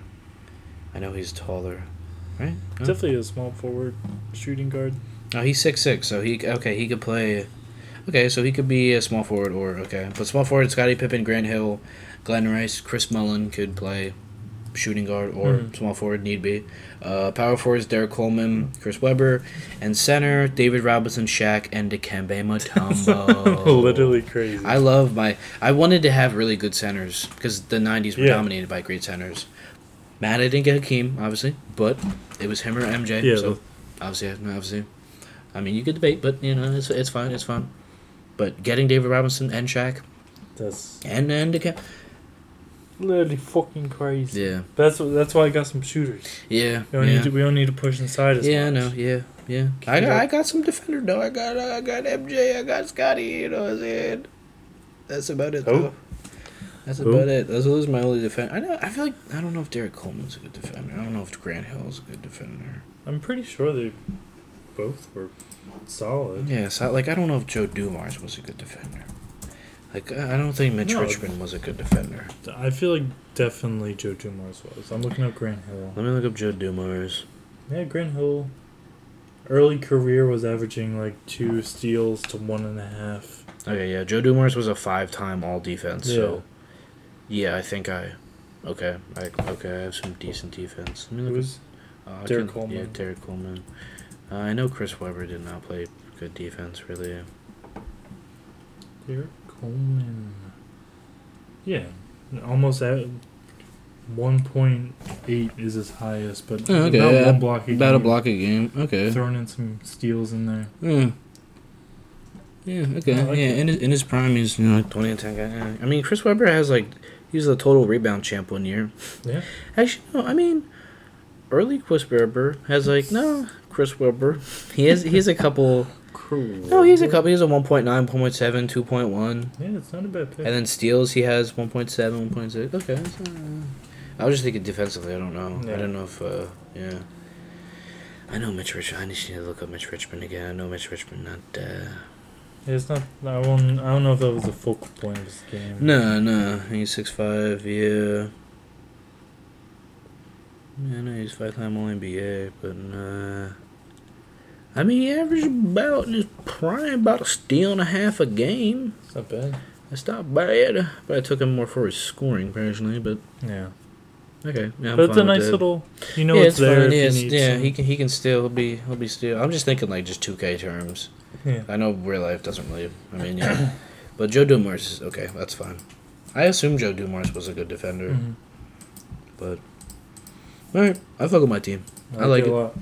I know he's taller, right? No? Definitely a small forward, shooting guard. Oh, he's six six, so he okay. He could play. Okay, so he could be a small forward or okay, but small forward. Scottie Pippen, Grant Hill, Glenn Rice, Chris Mullen could play shooting guard or Mhm. small forward need be. Uh, power forwards: Derek Coleman, Chris Webber, and center David Robinson, Shaq, and Dikembe Mutombo. Literally crazy. Um, uh, I love my. I wanted to have really good centers because the '90s were Yeah. dominated by great centers. Mad I didn't get Hakeem, obviously, but it was him or MJ. Yeah, So but- obviously, obviously, I mean, you could debate, but you know, it's it's fine, it's fine. But getting David Robinson and Shaq That's and and Dikembe, literally fucking crazy. yeah, That's that's why I got some shooters. yeah, We don't yeah. need to, we don't need to push inside as Yeah, I much. know. Yeah, yeah. I got, I got some defender though. I got uh, I got MJ. I got Scotty. You know what I'm saying? That's about it Who? though. That's Who? about it. Those those are my only defender. I know. I feel like I don't know if Derek Coleman's a good defender. I don't know if Grant Hill's a good defender. I'm pretty sure they both were solid. Yeah, so like I don't know if Joe Dumars was a good defender. Like I I don't think Mitch No. Richmond was a good defender. I feel like definitely Joe Dumars was. I'm looking up Grant Hill. Let me look up Joe Dumars. Yeah, Grant Hill. Early career was averaging like two steals to one and a half. Okay, yeah, Joe Dumars was a five-time All Defense. So, yeah, I think I. Okay, I okay, I have some decent defense. Let me It look up- was Uh, I Derek can- Coleman. Yeah, Derek Coleman. Uh, I know Chris Webber did not play good defense, really. Derek Coleman. Yeah, almost at 1.8 is his highest, but Oh, okay, about yeah, one block. About a game. block a game. Okay. Throwing in some steals in there. Yeah. Hmm. Yeah, okay. I like yeah, it. in his, in his prime, he's you know, like 20 and 10 guy. Yeah. I mean, Chris Webber has, like, he was the total rebound champ one year. Yeah. Actually, no, I mean, early Chris Webber has, like, no, Chris Webber. He has, he has a couple. Cool. No, he's a couple. He has a 1.9, 1.7, 2.1. Yeah, it's not a bad pick. And then steals, he has 1.7, 1.6. Okay. that's not- I was just thinking defensively. I don't know. I Yeah. don't know if, uh, yeah. I know Mitch Richmond. I just need to look up Mitch Richmond again. I know Mitch Richmond not, uh... Yeah, it's not. I won't, I don't know if that was the focal point of this game. No, no. He's six five. yeah. Yeah, I know he's five-time All-NBA, but, uh... I mean, he averaged about, in his prime, about a steal and a half a game. it's not bad. That's not bad. But I took him more for his scoring, personally, but... Yeah, Okay, yeah, I'm but it's a fine with nice that. little. You know, yeah, it's, there. if fine. Yeah, you it's- need yeah, some- he can he can still be he'll be still. I'm just thinking like just two K terms. yeah. I know real life doesn't really. I mean, yeah, but Joe Dumars is okay. That's fine. I assume Joe Dumars was a good defender, Mhm. but all right, I fuck with my team. I like a it. lot.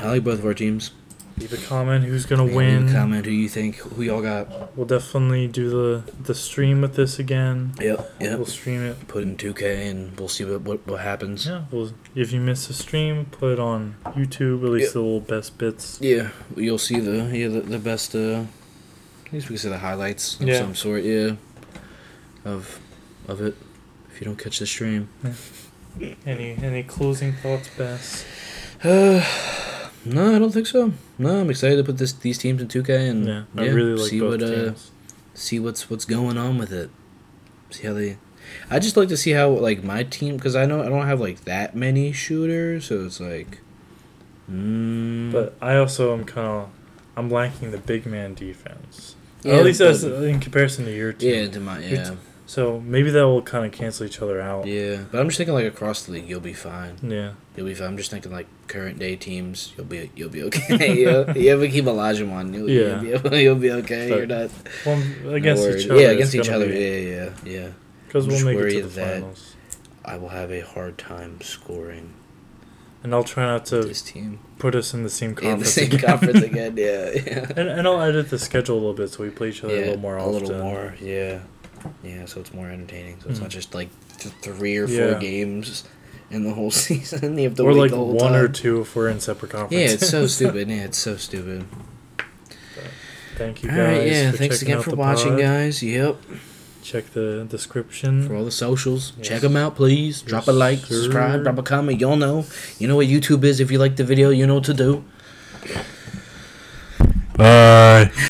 I like both of our teams. Leave a comment who's gonna Leave a win. comment who you think who y'all got. We'll definitely do the the stream with this again. Yep, yep. We'll stream it. Put in two K and we'll see what what, what happens. Yeah. We'll, if you miss a stream, put it on YouTube. At least the little best bits. Yeah, you'll see the yeah the, the best. Uh, at least we can see the highlights of Yeah. some sort. Yeah, of of it. If you don't catch the stream, Any any closing thoughts, Bess? uh, no, I don't think so. No, I'm excited to put this these teams in 2K and Yeah, I really like see both what uh, teams. see what's what's going on with it. See how they. I just like to see how like my team because I know I don't have like that many shooters, so it's like. Mm, But I also am kind of I'm lacking the big man defense. yeah, at least that's but- in comparison to your team. yeah, to my yeah, So maybe that will kind of cancel each other out. yeah. But I'm just thinking like across the league, you'll be fine. Yeah. You'll be fine. I'm just thinking like current day teams. You'll be you'll be okay. you'll, you ever keep Olajuwon. You'll, Yeah. you'll, be, you'll be okay. But You're not Well, against not each worried. other. Yeah, against each other. Yeah, yeah, yeah. Because I'm we'll just make it to worried the that- finals. I will have a hard time scoring And I'll try not to this team put us in the same conference. in the same again. conference again. Yeah, yeah. and, and I'll edit the schedule a little bit so we play each other yeah, a little more a often. little more. Yeah, yeah. So it's more entertaining. So it's Mhm. not just like th- three or four Yeah. games in the whole season. You have to or wait like the whole one or time. two if we're in separate Yeah, conferences. it's so stupid. Yeah, it's so stupid. Thank you All guys. right, yeah. for Thanks checking again out for the watching, pod. guys. Yep. Check the description. for all the socials. check 'em Yes. Check them out, please. Drop a like, sir. subscribe, drop a comment. Y'all know. You know what YouTube is. If you like the video, you know what to do. Bye.